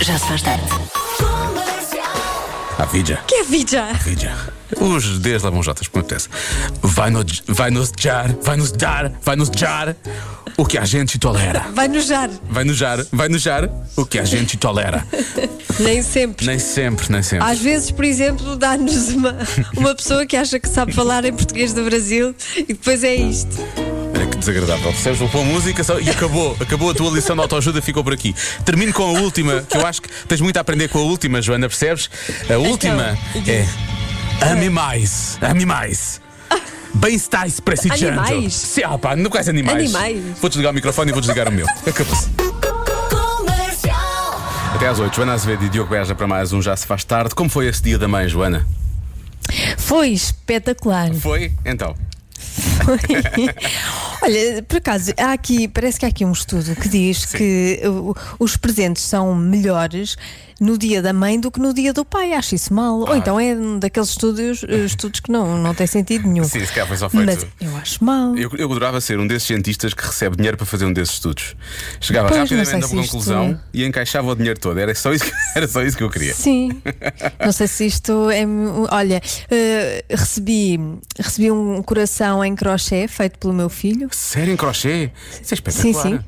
Já se faz tarde. A vida. Que é vida? Vida. Os Ds lá vão Jotas, como acontece. Vai, no, vai nos jar, vai nos dar, vai nos jar o que a gente tolera. Vai nojar. Vai nos jar, vai nos jar o que a gente tolera. Nem sempre. Nem sempre, nem sempre. Às vezes, por exemplo, dá-nos uma, uma pessoa que acha que sabe falar em português do Brasil e depois é isto. Olha que desagradável. Percebes? Vou pôr música só- e acabou. Acabou a tua lição de autoajuda, ficou por aqui. Termino com a última, que eu acho que tens muito a aprender com a última, Joana, percebes? A Então, última é. Ame mais. Ame mais. Bem-estais para si, Animais? Sim, ah, pá, não quais animais. Animais. Vou desligar o microfone e vou desligar o meu. Acabou-se. Até às 8, Joana Azevedo e Diogo Beja para mais um Já Se Faz Tarde. Como foi esse dia da mãe, Joana? Foi espetacular. Foi? Então. Olha, por acaso, há aqui, parece que há aqui um estudo que diz que o- os presentes são melhores no dia da mãe do que no dia do pai. Acho isso mal. Ah. Ou então é um daqueles estudos, eh, estudos que não, não tem sentido nenhum. Sim, se calhar foi só feito. Mas eu acho mal. Eu, eu adorava ser um desses cientistas que recebe dinheiro para fazer um desses estudos. Chegava Pois, não sei rapidamente a se uma isto- conclusão e encaixava o dinheiro todo. Era só isso que, era só isso que eu queria. Sim, não sei se isto é. Olha, eh, recebi, recebi um coração em crochê feito pelo meu filho. Sério, em crochê? Isso é Sim, espetacular. sim.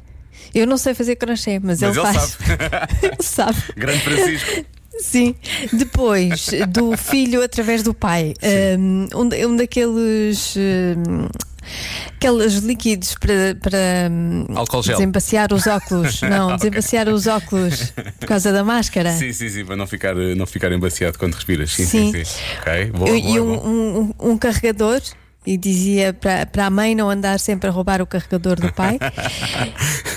Eu não sei fazer crochê, mas, Mas ele, faz. sabe. ele sabe. Grande Francisco. Sim, depois do filho através do pai, um, um, da- um daqueles. um, aqueles líquidos para, para um, Álcool gel. desembaciar os óculos. Não, Ok. desembaciar os óculos por causa da máscara. Sim, sim, sim, para não ficar, eh, não ficar embaciado quando respiras. Sim, sim, sim. Sim. Ok, boa, e boa, e um, boa. um- um- um carregador. E dizia para para a mãe não andar sempre a roubar o carregador do pai.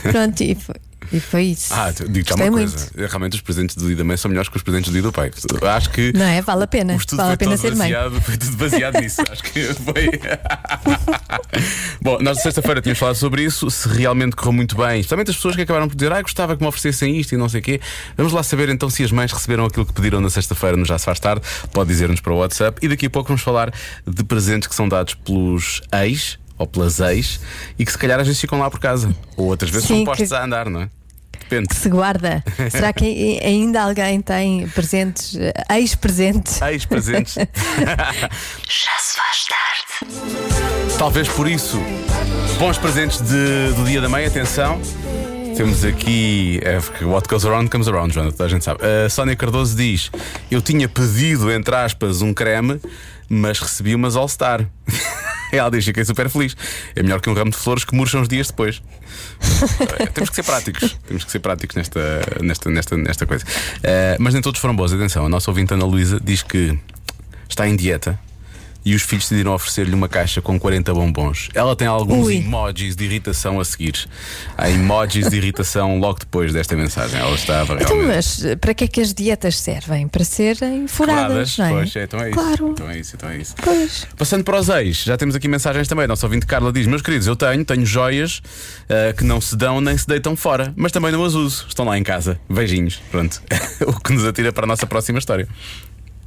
Pronto, e foi, e foi isso. Ah, te- digo-te já uma Gostei coisa. Realmente os presentes do dia da mãe são melhores que os presentes do dia do pai. Acho que. Não é? Vale a pena. O estudo Vale foi a pena todo ser mãe. baseado, foi tudo baseado nisso. Acho que foi. Bom, nós na sexta-feira tínhamos falado sobre isso, se realmente correu muito bem. Especialmente as pessoas que acabaram por dizer, ah, gostava que me oferecessem isto e não sei o quê. Vamos lá saber então se as mães receberam aquilo que pediram na sexta-feira no Já Se Faz Tarde. Pode dizer-nos para o WhatsApp. E daqui a pouco vamos falar de presentes que são dados pelos ex ou pelas ex e que se calhar às vezes ficam lá por casa. Ou outras vezes Sim, são postos que- a andar, não é? Depende. se guarda? Será que ai- ainda alguém tem presentes, eh, ex-presentes? Ex presentes. Já se faz tarde. Talvez por isso, bons presentes de- do Dia da Mãe, atenção. Temos aqui, é, porque what goes around comes around, Joana, toda a gente sabe. A Sónia Cardoso diz: Eu tinha pedido, entre aspas, um creme, mas recebi umas All-Star. Ela diz: Fiquei super feliz. É melhor que um ramo de flores que murcham os dias depois. Eh, Temos que ser práticos. Temos que ser práticos nesta, nesta, nesta, nesta coisa. Eh, mas nem todos foram bons, atenção. A nossa ouvinte Ana Luísa diz que está em dieta e os filhos decidiram oferecer-lhe uma caixa com 40 bombons. Ela tem alguns Ui. emojis de irritação a seguir. Há emojis de irritação logo depois desta mensagem. Ela estava Então, realmente. mas eh, para que é que as dietas servem? Para serem furadas, Coladas, não é? pois, é, então é isso. Claro. Então é isso, então é isso. Pois. Passando para os ex, já temos aqui mensagens também. Nosso ouvinte Carla diz: Meus queridos, eu tenho, tenho joias ah, que não se dão nem se deitam fora, mas também não as uso. Estão lá em casa. Beijinhos. Pronto. o que nos atira para a nossa próxima história.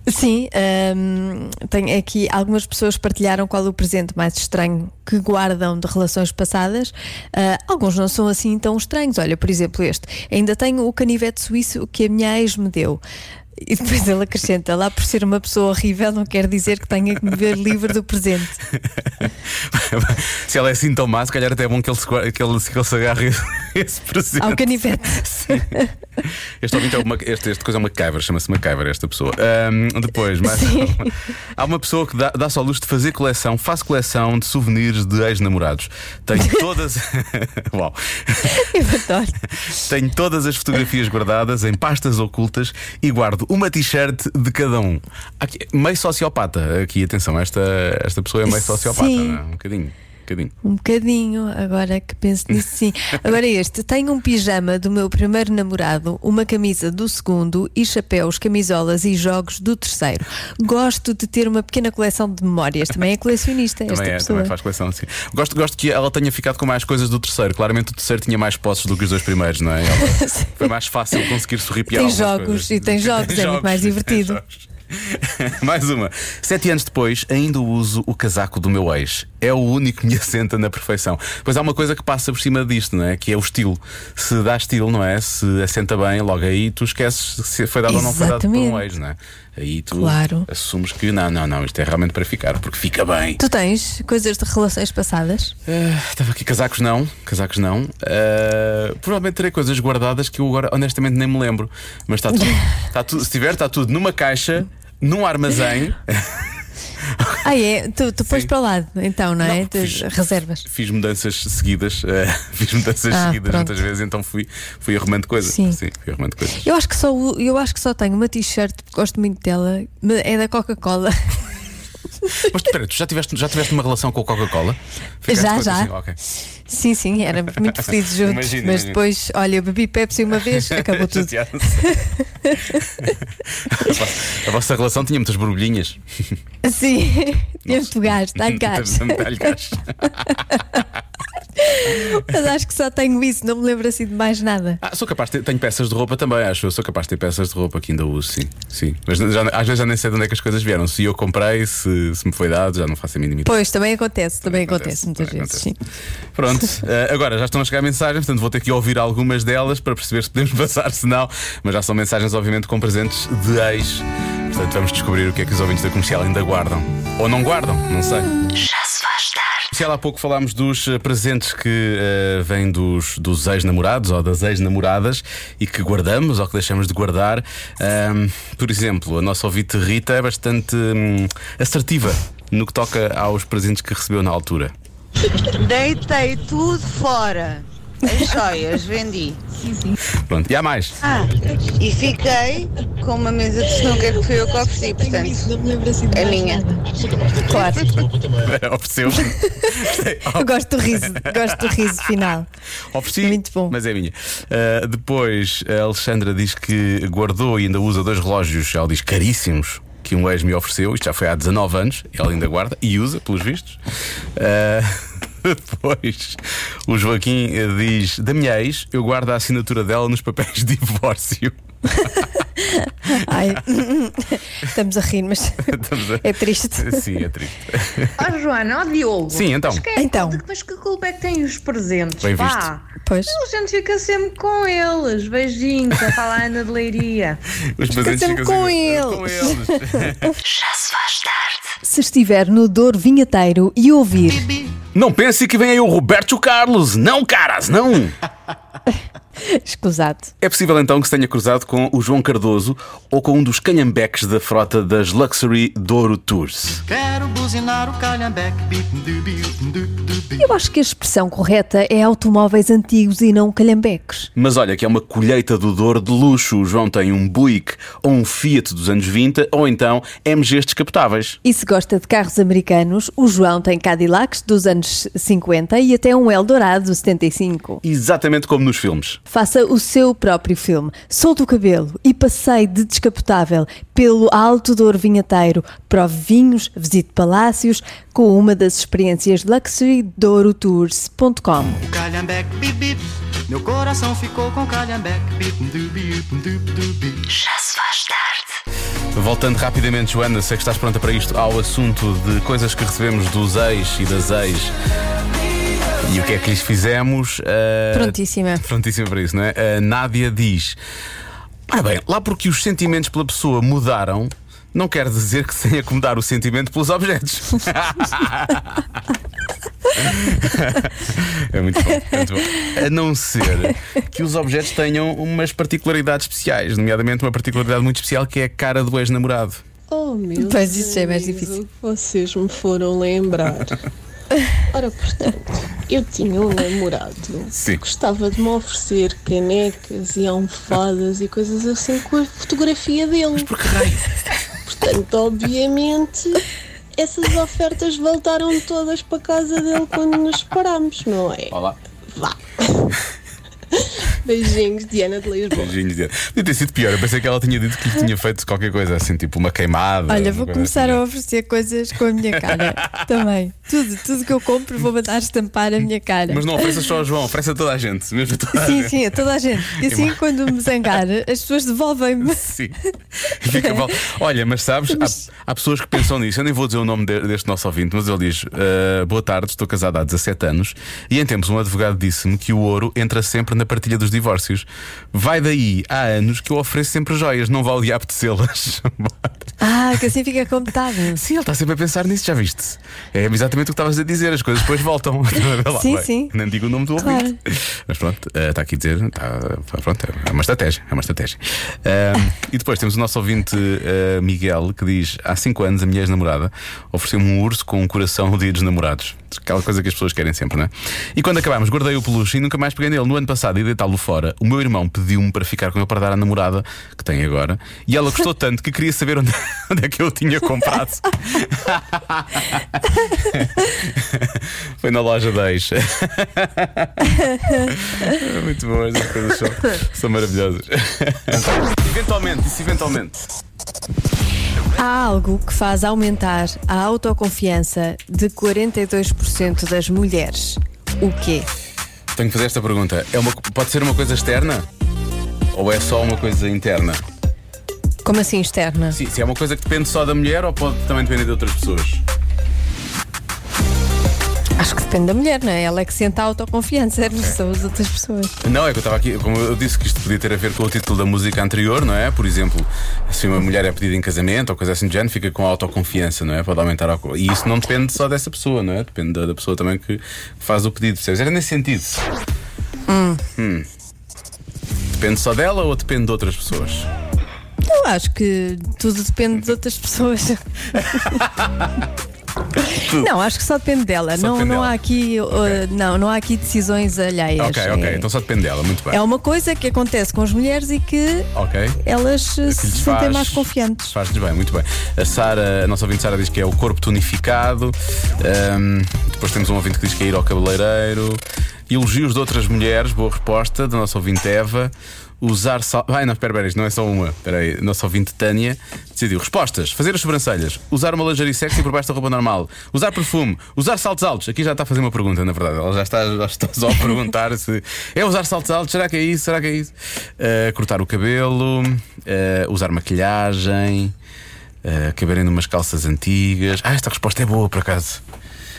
Sim, hum, tenho aqui algumas pessoas partilharam qual o presente mais estranho que guardam de relações passadas. Ah, alguns não são assim tão estranhos. Olha, por exemplo, este. Ainda tenho o canivete suíço que a minha ex me deu. E depois ele acrescenta: lá por ser uma pessoa horrível, não quer dizer que tenha que me ver livre do presente. se ela é assim tão má, se calhar até é bom que ele se, guarde- que ele, que ele se agarre a esse presente. Ao canivete. Sim. Este ouvinte é uma, este, este coisa é uma MacGyver, chama-se MacGyver esta pessoa. Ahm, depois, mais uma. há uma pessoa que dá- dá-se ao luxo de fazer coleção, faz coleção de souvenirs de ex-namorados. Tenho todas. Uau! Eu adoro. Tenho todas as fotografias guardadas em pastas ocultas e guardo uma t-shirt de cada um. Aqui, meio sociopata, aqui, atenção, esta, esta pessoa é meio sociopata, Sim. não é? um bocadinho. Um bocadinho. Um bocadinho, agora que penso nisso, sim. Agora este, tenho um pijama do meu primeiro namorado, uma camisa do segundo e chapéus, camisolas e jogos do terceiro. Gosto de ter uma pequena coleção de memórias. Também é colecionista esta Também, é, pessoa. também faz coleção, sim. Gosto, gosto que ela tenha ficado com mais coisas do terceiro. Claramente o terceiro tinha mais posses do que os dois primeiros, não é? Ela- foi mais fácil conseguir sorripiar. Tem algumas jogos, coisas. e tem jogos, é muito mais tem divertido. jogos. mais uma. Sete anos depois, ainda uso o casaco do meu ex. é o único que me assenta na perfeição. Pois há uma coisa que passa por cima disto, não é? Que é o estilo. Se dá estilo, não é? Se assenta bem, logo aí tu esqueces se foi dado ou não foi dado por um Exatamente. ex, não é? Aí tu Claro. assumes que não, não, não, isto é realmente para ficar, porque fica bem. Tu tens coisas de relações passadas? Ah, Estava aqui casacos não, casacos não. Ah, provavelmente terei coisas guardadas que eu agora honestamente nem me lembro. Mas está tudo, está tudo- se tiver, está tudo numa caixa, num armazém. Ah, é? Tu, tu pões Sim. para o lado, então, não é? Não, Tu fiz- reservas. Fiz mudanças seguidas, ah, fiz mudanças Ah, seguidas pronto. muitas vezes, então fui, fui arrumando coisas. Sim. fui arrumando coisas. Eu acho que só, o- eu acho que só tenho uma t-shirt, gosto muito dela, me- é da Coca-Cola. Mas espera, tu já tiveste, já tiveste uma relação com a Coca-Cola? Ficaste Já, com a- já. Assim, ok. Sim, sim, éramos muito felizes juntos. Imagino, mas imagino. depois, olha, eu bebi Pepsi uma vez, acabou tudo. Chateado-se. a, vossa, a vossa relação tinha muitas borbulhinhas. Sim, tinha muito gás, dá gás. Dá-lhe gás. Mas acho que só tenho isso, não me lembro assim de mais nada. Ah, sou capaz de ter, tenho peças de roupa também, acho. Eu sou capaz de ter peças de roupa que ainda uso, sim. sim. Mas já- às vezes já nem sei de onde é que as coisas vieram. Se eu comprei, se, se me foi dado, já não faço a mínima ideia. Pois, também acontece, também acontece, muitas também vezes. acontece. Pronto, eh, agora já estão a chegar mensagens, portanto vou ter que ouvir algumas delas para perceber se podemos passar, se não. Mas já são mensagens, obviamente, com presentes de ex. Portanto, vamos descobrir o que é que os ouvintes da comercial ainda guardam. Ou não guardam, não sei. Já se faz tarde. Se há pouco falámos dos eh, presentes que eh, vêm dos, dos ex-namorados ou das ex-namoradas e que guardamos ou que deixamos de guardar. Ahm, por exemplo, a nossa ouvinte Rita é bastante hum, assertiva no que toca aos presentes que recebeu na altura. Deitei tudo fora. As joias vendi. Pronto, e há mais. Ah, e fiquei com uma mesa de snooker que fui eu que ofereci, portanto, não me lembro assim de é minha. nada. Claro, Ofereceu. eu gosto do riso, gosto do riso final. Ofereci, Muito bom. mas é minha. Ah, depois, a Alexandra diz que guardou e ainda usa dois relógios, ela diz caríssimos, que um ex me ofereceu. Isto já foi há 19 anos, ela ainda guarda e usa, pelos vistos. Ah, depois, o Joaquim eh, diz: da minha ex, eu guardo a assinatura dela nos papéis de divórcio. Ai, estamos a rir, mas Estamos a- é triste. Sim, é triste. Ó Ah, Joana, ó Diogo. Sim, então. Esquece Então. de- mas que culpa é que têm os presentes? Bem pá? Pois. A gente fica sempre com eles. Beijinhos, a falar Ana de Leiria. Os presentes sempre ficam com sempre- Com eles. Já se faz tarde. Se estiver no Douro Vinheteiro e ouvir. Não pense que vem aí o Roberto Carlos. Não, caras, não. Escusado. É possível então que se tenha cruzado com o João Cardoso ou com um dos canhambeques da frota das Luxury Douro Tours. Quero buzinar o calhambeque. Eu acho que a expressão correta é automóveis antigos e não calhambeques. Mas olha que é uma colheita do Douro de luxo. O João tem um Buick ou um Fiat dos anos 20 ou então MGs descapotáveis. E se gosta de carros americanos, o João tem Cadillacs dos anos 50 e até um Eldorado 75. Exatamente como nos filmes. Faça o seu próprio filme. Solte o cabelo e passeie de descapotável pelo Alto Douro Vinheteiro. Prove vinhos, visite palácios com uma das experiências luxurydourotours.com. O calhambeque, bip, bip. Meu coração ficou com o calhambeque. Bip, du, bip, du, du, bip. Já se faz tarde. Voltando rapidamente, Joana, sei que estás pronta para isto, ao assunto de coisas que recebemos dos ex e das ex. E o que é que lhes fizemos? ah, Prontíssima. Prontíssima para isso, não é? A Nádia diz: Ora bem, lá porque os sentimentos pela pessoa mudaram, não quer dizer que se tenha que mudar o sentimento pelos objetos. é muito bom, é muito bom. A não ser que os objetos tenham umas particularidades especiais, nomeadamente uma particularidade muito especial que é a cara do ex-namorado. Oh meu Pois, isso é mais Deus, difícil. o que Vocês me foram lembrar. Ora, portanto, eu tinha um namorado Sim. que gostava de me oferecer canecas e almofadas e coisas assim com a fotografia dele. Por que raio? Portanto, obviamente, essas ofertas voltaram todas para casa dele quando nos parámos, não é? Olá. Vá. Beijinhos, Diana de Lisboa. Beijinhos dele. Podia ter sido pior. Eu pensei que ela tinha dito que lhe tinha feito qualquer coisa assim, tipo uma queimada. Olha, uma vou coisa começar assim. a oferecer coisas com a minha cara também. Tudo, tudo que eu compro vou mandar estampar a minha cara. Mas não ofereças só ao João, oferece a toda a gente. Mesmo a toda a Sim, gente. sim, a toda a gente. E assim, Ima- quando me zangar, as pessoas devolvem-me. Sim. Fica mal. Olha, mas sabes, há, há pessoas que pensam nisso. Eu nem vou dizer o nome de- deste nosso ouvinte, mas ele diz: "Ah, Boa tarde, estou casado há 17 anos e em tempos um advogado disse-me que o ouro entra sempre na partilha dos divórcios. Vai daí, há anos que eu ofereço sempre joias, não vale de apetecê-las. Ah, que assim fica computado. Sim, ele está sempre a pensar nisso, já viste? É exatamente o que estavas a dizer, as coisas depois voltam. Vê lá, Sim, bem, sim. Nem digo o nome do Claro. ouvinte. Mas pronto, eh, está aqui a dizer, está, pronto, é uma estratégia, é uma estratégia. Ahm, e depois temos o nosso ouvinte eh, Miguel que diz: há 5 anos a minha ex-namorada ofereceu-me um urso com um coração no dia dos namorados. Aquela coisa que as pessoas querem sempre, não é? E quando acabámos, guardei o peluche e nunca mais peguei nele. No ano passado, e deitá-lo fora, o meu irmão pediu-me para ficar com ele para dar à namorada que tem agora. E ela gostou tanto que queria saber onde, onde é que eu o tinha comprado. Foi na loja 10. É Muito bom, essas coisas são, são maravilhosas. eventualmente, isso eventualmente. Há algo que faz aumentar a autoconfiança de 42% das mulheres. O quê? Tenho que fazer esta pergunta. É uma, pode ser uma coisa externa? Ou é só uma coisa interna? Como assim externa? Sim, se é uma coisa que depende só da mulher ou pode também depender de outras pessoas? Acho que depende da mulher, não é? Ela é que sente a autoconfiança, não são as outras pessoas. Não, é que eu estava aqui, como eu disse que isto podia ter a ver com o título da música anterior, não é? Por exemplo, se uma mulher é pedida em casamento ou coisa assim do género, fica com autoconfiança, não é? Pode aumentar a auto- E isso não depende só dessa pessoa, não é? Depende da, da pessoa também que faz o pedido, percebes? Era nesse sentido. Hum. Depende só dela ou depende de outras pessoas? Eu acho que tudo depende de outras pessoas. não, acho que só depende dela. Só não, depende não dela. há aqui, uh, não, não há aqui decisões alheias. ok, ok, É- então só depende dela, muito bem. É uma coisa que acontece com as mulheres e que Ok. elas uh, que se lhes sentem faz- mais confiantes. Faz-lhes bem, muito bem. A Sara, a nossa ouvinte Sara diz que é o corpo tonificado. Ahm, depois temos um ouvinte que diz que é ir ao cabeleireiro. Elogios de outras mulheres, boa resposta, da nossa ouvinte Eva. Usar sal... Ai, não, espera, espera, isto não é só uma. Espera aí, nossa ouvinte Tânia decidiu. Respostas: fazer as sobrancelhas, usar uma lingerie sexy por baixo da roupa normal, usar perfume, usar saltos altos. Aqui já está a fazer uma pergunta, na verdade. Ela já está, já está só a perguntar se é usar saltos altos, será que é isso? Será que é isso? Ah, cortar o cabelo, ah, usar maquilhagem, ah, caberem numas calças antigas. Ah, esta resposta é boa, por acaso.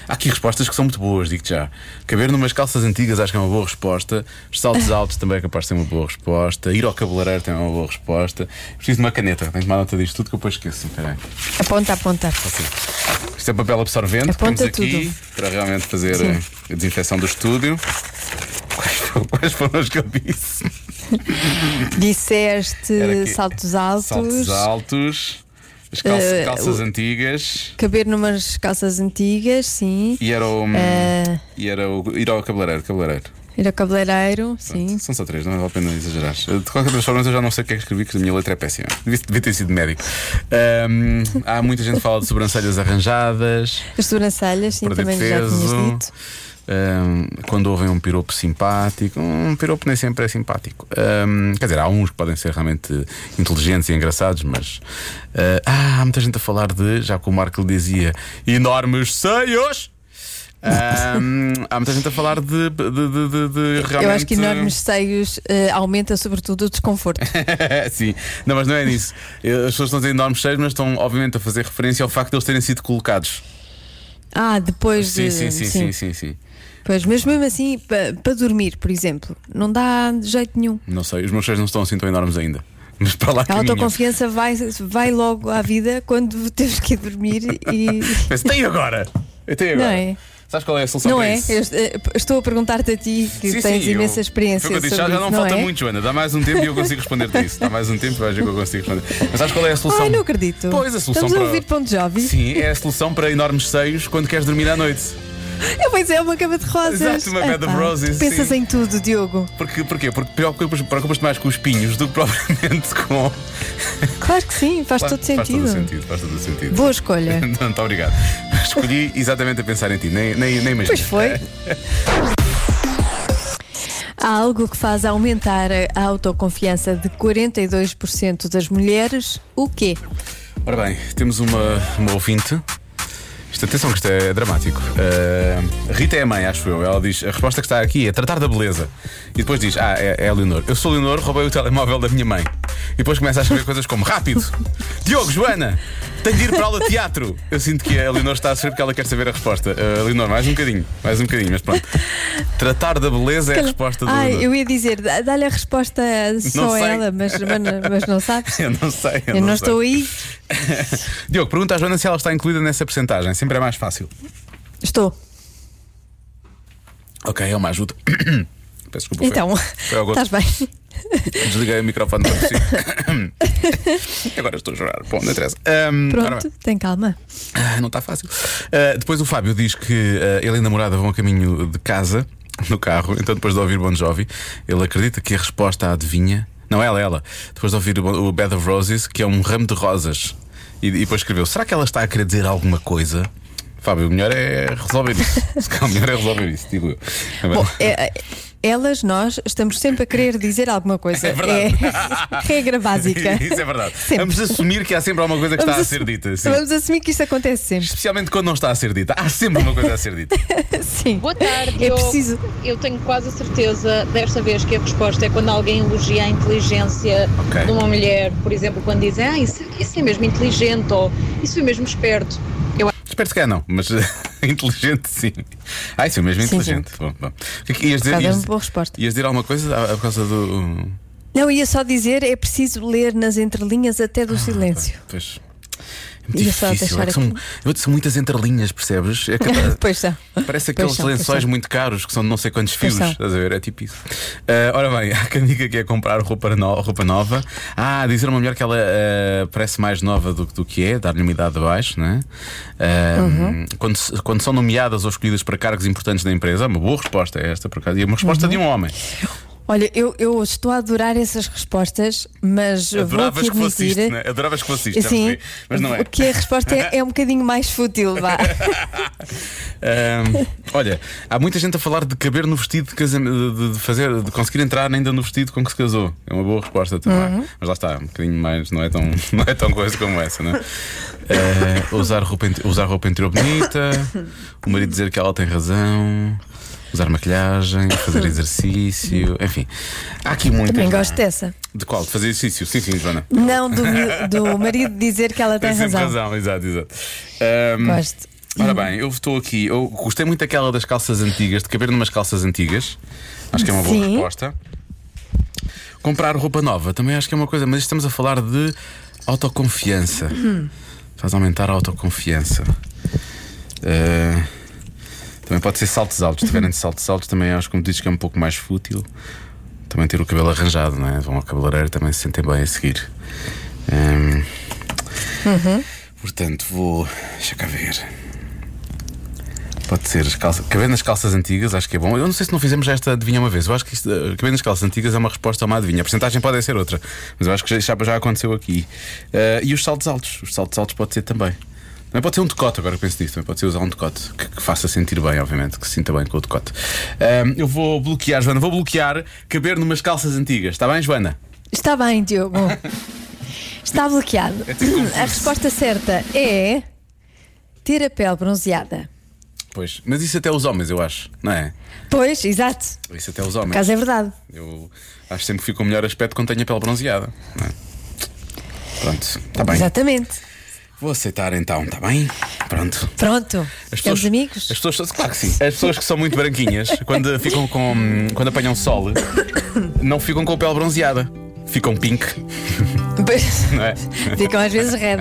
Há aqui respostas que são muito boas, digo-te já. Caber numas calças antigas acho que é uma boa resposta. Os saltos altos também é capaz de ser uma boa resposta. Ir ao cabeleireiro também é uma boa resposta. Preciso de uma caneta, tenho que tomar nota disto tudo que eu depois esqueço. Espera aí. Aponta, aponta. Isto é papel absorvente que temos Aponta aqui para realmente fazer Sim. eh, a desinfecção do estúdio. Quais foram, quais foram os que eu disse? Era Disseste aqui. saltos altos, Saltos altos, as calça- Eh, calças o- antigas caber numas calças antigas, sim. e era o. hum, Eh. E era o. Ir ao cabeleireiro, cabeleireiro. Ir ao cabeleireiro, sim. São só três, não é vale a pena exagerar. Eh, De qualquer das formas, eu já não sei o que é que escrevi, porque a minha letra é péssima. Devia, devia ter sido médico. Ahm, há muita gente que fala de sobrancelhas arranjadas, As sobrancelhas, sim, perder também já peso. tinhas dito. ahm, quando ouvem um piropo simpático, um piropo nem sempre é simpático. Ahm, quer dizer, há uns que podem ser realmente inteligentes e engraçados, mas ah, ah, há muita gente a falar de, já que o Marco lhe dizia, enormes seios. Ahm, há muita gente a falar de, de, de- de- de realmente. Eu acho que enormes seios eh, aumenta sobretudo o desconforto. Sim, não, mas não é nisso. Eu- As pessoas estão a dizer enormes cheios, mas estão, obviamente, a fazer referência ao facto de eles terem sido colocados. Ah, depois Sim, de. sim, sim, sim, sim, sim. Pois, mas mesmo assim, para dormir, por exemplo, não dá jeito nenhum. Não sei, os meus cheios não estão assim tão enormes ainda. Mas para lá A caminham. autoconfiança vai, vai logo à vida quando temos que ir dormir e. Penso, tem agora! Eu tenho agora. Não é? Sabes qual é a solução Não para é? isso? Eu est- eh, estou a perguntar-te a ti que tens eu- imensa experiência. Foi o que eu disse, já, sobre já não, isso, falta é? muito, Joana. Dá mais um tempo e eu consigo responder-te isso. Dá mais um tempo e vais ver que eu consigo responder. Mas sabes qual é a solução? Ai, não acredito. Pois, a solução Estamos para. a ouvir ponto jovem. Sim, é a solução para enormes seios quando queres dormir à noite. É, Pois é, uma cama de rosas. Exato, uma bed of Epá, roses, Pensas sim. em tudo, Diogo. Porque, porquê? Porque preocupas- preocupas-te mais com os pinhos do que propriamente com. Claro que sim, faz Faz todo todo sentido. o sentido, faz todo o sentido. Boa escolha. Não, tá obrigado. Escolhi exatamente a pensar em ti, nem, nem, nem imaginei. Pois foi. Há algo que faz aumentar a autoconfiança de 42% das mulheres. O quê? Ora bem, temos uma, uma ouvinte. Isto, atenção, que isto é dramático. Uh, Rita é a mãe, acho eu. Ela diz: a resposta que está aqui é tratar da beleza. E depois diz: Ah, é, é a Leonor. Eu sou a Leonor, roubei o telemóvel da minha mãe. E depois começa a escrever coisas como: Rápido! Diogo, Joana, tenho de ir para a aula de teatro. Eu sinto que a Leonor está a ser porque ela quer saber a resposta. Uh, Leonor, mais um bocadinho, mais um bocadinho, mas pronto. Tratar da beleza é a resposta do. Ai, Leonor. eu ia dizer, dá- dá-lhe a resposta só sei. a ela, mas, mas, mas não sabes. Eu não sei. Eu não estou sei. aí. Diogo, pergunta à Joana se ela está incluída nessa percentagem. Sempre é mais fácil. Estou. Ok, é uma ajuda. Peço desculpa. foi- Então, tá- foi ao gosto. Então, estás bem. Desliguei o microfone para tossir. Agora estou a chorar. Bom, não interessa. Ahm, ora Pronto, bem. tem calma. Ah, não está fácil. Ah, depois o Fábio diz que ah, ele e a namorada vão a caminho de casa, no carro. Então, depois de ouvir Bon Jovi, ele acredita que a resposta à adivinha. Não, ela, ela. Depois de ouvir o Bon- o Bed of Roses, que é um ramo de rosas. E, e depois escreveu: será que ela está a querer dizer alguma coisa? Fábio, o melhor é resolver isso. Se calhar o melhor é resolver isso, digo eu. Bom, é- é- elas, nós, estamos sempre a querer dizer alguma coisa. É verdade. regra básica. Isso é verdade. Sempre. Vamos assumir que há sempre alguma coisa que está a Vamos ser assu- dita. sim. Vamos assumir que isto acontece sempre. Especialmente quando não está a ser dita. Há sempre uma coisa a ser dita. Sim. Boa tarde, É eu, preciso. eu tenho quase a certeza desta vez que a resposta é quando alguém elogia a inteligência Ok. de uma mulher, por exemplo, quando dizem ah, isso, isso é mesmo inteligente ou isso foi mesmo esperto. Eu Espero que é não, mas inteligente sim. Ah, isso é mesmo Sim, sim. inteligente. Bom, bom. O que é que Ias dizer, Cada ias, uma boa resposta. ias dizer alguma coisa ah, por causa do. Não, ia só dizer, é preciso ler nas entrelinhas até Ah, do silêncio. Pois. É muito Ia só difícil. deixar É que são, aqui. eu disse muitas entrelinhas, percebes? É que- Pois são. Parece Pois aqueles são, pois lençóis são. muito caros que são de não sei quantos fios. Pois são. Estás a ver? É tipo isso. Ah, ora bem, há quem diga que é comprar roupa, no- roupa nova. Ah, dizer a uma mulher que ela ah, parece mais nova do, do que é, dar-lhe uma idade abaixo, né? Ah, Uhum. quando, se- quando são nomeadas ou escolhidas para cargos importantes da empresa, é uma boa resposta é esta, por acaso. E é uma resposta Uhum. de um homem. Olha, eu, eu estou a adorar essas respostas, mas vou Adoravas te que fosse admitir. isto, né? Adoravas que fosse isto, já Sim, percebi. mas não é. Que a resposta é, é um bocadinho mais fútil, vá. Ahm, olha, há muita gente a falar de caber no vestido de casamento, de, de fazer, de conseguir entrar ainda no vestido com que se casou. É uma boa resposta também. Uhum. Mas lá está, um bocadinho mais, não é tão, não é tão coisa como essa, não é? Ah, usar, roupa, inte- usar roupa interior bonita, o marido dizer que ela tem razão. Usar maquilhagem, fazer exercício, enfim. Há aqui muitas. Uhum. Também não é? gosto dessa. De qual? De fazer exercício? Sim, sim, Joana. Não do, mi- do marido dizer que ela tem sempre razão. exato, exato. Ahm, Gosto. Ora bem, eu estou aqui. Eu gostei muito daquela das calças antigas, de caber numas calças antigas. Acho que é uma boa Sim. resposta. Comprar roupa nova também acho que é uma coisa, mas estamos a falar de autoconfiança. Faz aumentar a autoconfiança. Eh, também pode ser saltos altos. Se tiverem de saltos altos, também acho que, como dizes, que é um pouco mais fútil. Também ter o cabelo arranjado, não é? Vão ao cabeleireiro também se sentem bem a seguir. Ehm, Portanto, vou. Deixa cá ver. Pode ser as calças. Cabendo nas calças antigas, acho que é bom. Eu não sei se não fizemos já esta adivinha uma vez. Eu acho que isto, eh, cabendo nas calças antigas é uma resposta a uma adivinha. A porcentagem pode ser outra, mas eu acho que já, já aconteceu aqui. Eh, e os saltos altos. Os saltos altos pode ser também. Também pode ser um decote, agora que penso nisso. Também pode ser usar um decote que, que faça sentir bem, obviamente, que se sinta bem com o decote. Ahm, eu vou bloquear, Joana, vou bloquear caber numas calças antigas. Está bem, Joana? Está bem, Diogo. Está bloqueado. É tipo A resposta certa é ter a pele bronzeada. Pois. Mas isso até os homens, eu acho, não é? Pois, exato. Isso até os homens. Caso é verdade. Eu acho sempre que fico com o melhor aspecto quando tenho a pele bronzeada. não é? Pronto, está tá bem. Exatamente. Vou aceitar então, está bem? Pronto. Pronto. Estamos amigos? As pessoas, claro que sim. As pessoas que são muito branquinhas, quando ficam com. quando apanham sol, não ficam com a pele bronzeada. Ficam pink, não é? Ficam às vezes red.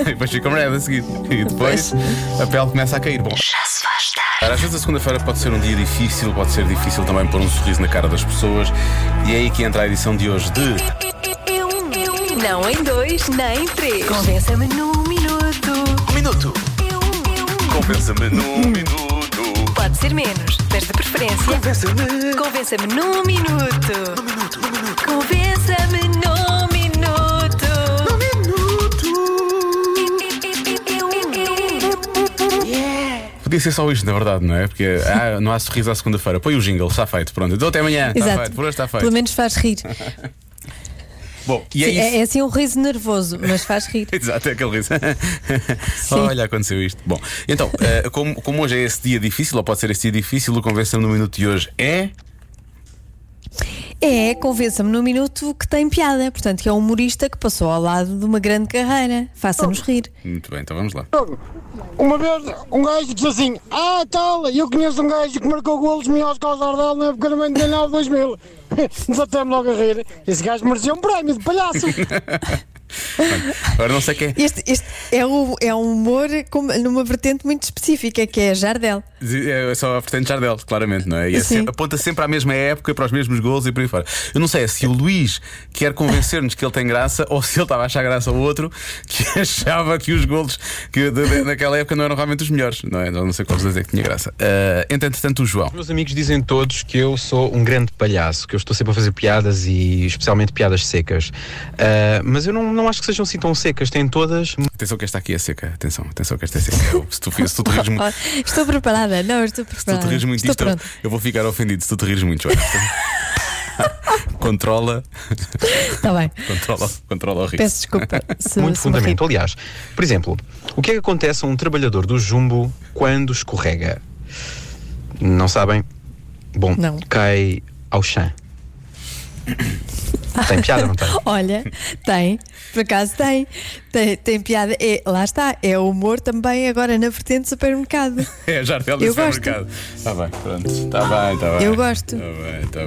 E depois ficam red a seguir. E depois a pele começa a cair. Bom, Já se faz tarde. Às vezes a segunda-feira pode ser um dia difícil, pode ser difícil também pôr um sorriso na cara das pessoas. E é aí que entra a edição de hoje de. Não em dois, nem em três. Convença-me num minuto. Um minuto! Convença-me num minuto. Hum. Pode ser menos, mas de preferência. Convença-me. Convença-me num minuto. Num minuto, Convença-me num minuto. Num minuto. Tá Podia ser só isto, na verdade, não é? Porque ah, não há sorriso à segunda-feira. Põe o jingle, está feito, pronto. Então até amanhã, está Exato. feito, por hoje está feito. Pelo menos faz rir. Bom, e é Sim, isso. é, é assim um riso nervoso, mas faz rir. Exato, é aquele riso. Olha, aconteceu isto. Bom, então, eh, como, como hoje é esse dia difícil, ou pode ser esse dia difícil, o convenção no minuto de hoje é. É, convença-me no minuto que tem piada. Portanto, que é um humorista que passou ao lado de uma grande carreira. Faça-nos rir. Muito bem, então vamos lá. Uma vez um gajo disse assim: Ah, tal, eu conheço um gajo que marcou golos melhores que o Zardal na época do Mundial 2000. Desatei-me logo a rir. Esse gajo merecia um prémio de palhaço. Agora não sei quem é. Este, este é, o, é um humor com- numa vertente muito específica, que é Jardel. É só a vertente Jardel, claramente, não é? E é Sim. sempre- aponta sempre à mesma época, para os mesmos gols e por aí fora. Eu não sei é se o Luís quer convencer-nos que ele tem graça ou se ele estava a achar graça ao outro que achava que os gols que de- de- naquela época não eram realmente os melhores, não é? Eu Não sei qual dos dois é que tinha graça. Ah, entretanto, o João. Meus amigos dizem todos que eu sou um grande palhaço, que eu estou sempre a fazer piadas e especialmente piadas secas. Ah, mas eu não, não acho que sejam assim tão secas, têm todas. Atenção que esta aqui é seca, atenção, atenção que esta é seca. Eu, se, tu, se tu te rires muito, Estou preparada. Não, eu estou se tu preparada. te rires muito é estou disto, eu- pronta. eu vou ficar ofendido se tu te rires muito. Joana. controla, Está bem. controla, controla o riso. Peço desculpa. se- Muito se me rir. fundamento. Aliás, por exemplo, o que é que acontece a um trabalhador do jumbo quando escorrega? Não sabem? Bom, Não. cai ao chão. Tem piada, não tem? Olha, tem, por acaso tem. Tem, tem piada. É, lá está, é o humor também agora na vertente do supermercado. É, Jardel do Eu gosto. supermercado. Está Tá bem, pronto. Está bem, está bem. Eu gosto. Está bem, está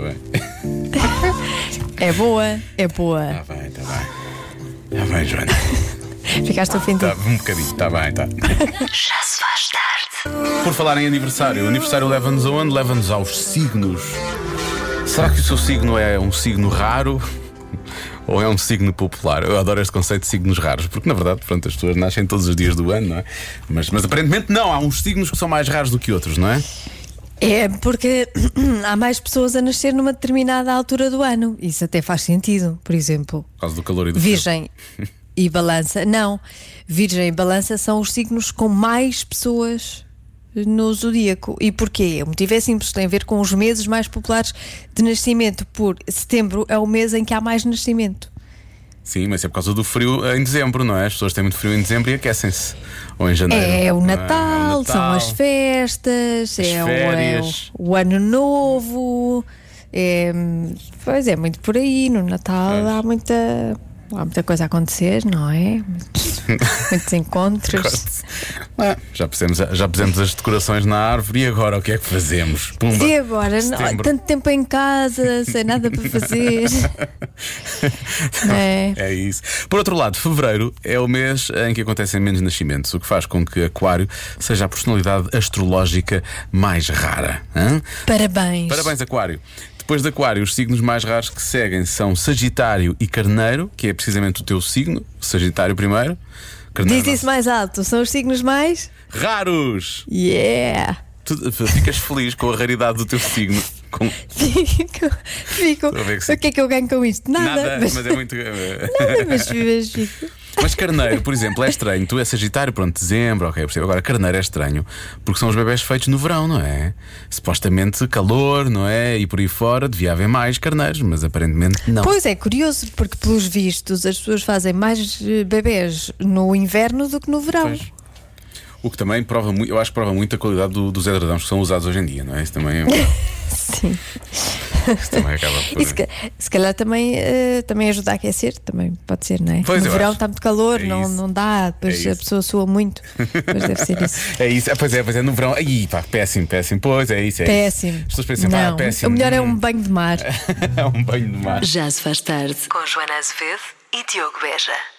bem. É boa, é boa. Está Tá bem, está bem. Está bem, Joana. Ficaste ofendido. Está um bocadinho. Está bem, está. Já se faz tarde. Por falar em aniversário, o aniversário leva-nos aonde? Leva-nos aos signos. Será que o seu signo é um signo raro? Ou é um signo popular? Eu adoro este conceito de signos raros, porque na verdade, pronto, as pessoas nascem todos os dias do ano, não é? Mas, mas aparentemente não, há uns signos que são mais raros do que outros, não é? É porque há mais pessoas a nascer numa determinada altura do ano. Isso até faz sentido. Por exemplo, Por causa do calor e do frio. Virgem e Balança. Não, Virgem e Balança são os signos com mais pessoas no zodíaco. E porquê? O motivo é simples, tem a ver com os meses mais populares de nascimento. Por setembro é o mês em que há mais nascimento. Sim, mas é por causa do frio eh, em dezembro, não é? As pessoas têm muito frio em dezembro e aquecem-se. Ou em janeiro. É o não Natal, É o são as Natal. festas, é, o, é férias. o- o Ano Novo. É, pois é, muito por aí. No Natal há muita. Há muita coisa a acontecer, não é? Muitos, muitos encontros. Ah, já, pusemos, já pusemos as decorações na árvore e agora o que é que fazemos? Pumba! E agora? Não, Setembro. tanto tempo em casa, sem nada para fazer. é. É isso. Por outro lado, fevereiro é o mês em que acontecem menos nascimentos, o que faz com que Aquário seja a personalidade astrológica mais rara. hã? Parabéns. Parabéns, Aquário. Depois de Aquário, os signos mais raros que seguem são Sagitário e Carneiro, que é precisamente o teu signo. Sagitário primeiro. Carneiro, Diz isso mais alto, são os signos mais? Raros! Yeah! Tu ficas feliz com a raridade do teu signo. Com Fico, fico. Estou a ver que sim. O que é que eu ganho com isto? nada, Nada. mas é muito. Nada, mas, mas fico. Mas carneiro, por exemplo, é estranho. Tu é Sagitário, pronto, dezembro, ok, eu percebo. Agora, carneiro é estranho, porque são os bebés feitos no verão, não é? Supostamente calor, não é? E por aí fora devia haver mais carneiros, mas aparentemente não. Pois é, curioso, porque pelos vistos as pessoas fazem mais eh, bebés no inverno do que no verão. Pois. O que também prova muito, eu acho que prova muito a qualidade do- dos edredãos que são usados hoje em dia, não é? Isso também, é- Sim. isso também acaba por. E se, ca- se calhar também, eh, também ajuda a aquecer, também pode ser, não é? Pois, no eu verão acho. está muito calor, É não, isso. não dá, depois É a isso. pessoa sua muito. Depois deve ser isso. É isso, ah, pois é, pois é, no verão. Aí, pá, péssimo, péssimo. Pois é, isso é. isso. Péssimo. As pessoas pensam, não, ah, péssimo. O melhor é um banho de mar. é um banho de mar. Já se faz tarde. Com Joana Azevedo e Diogo Beja.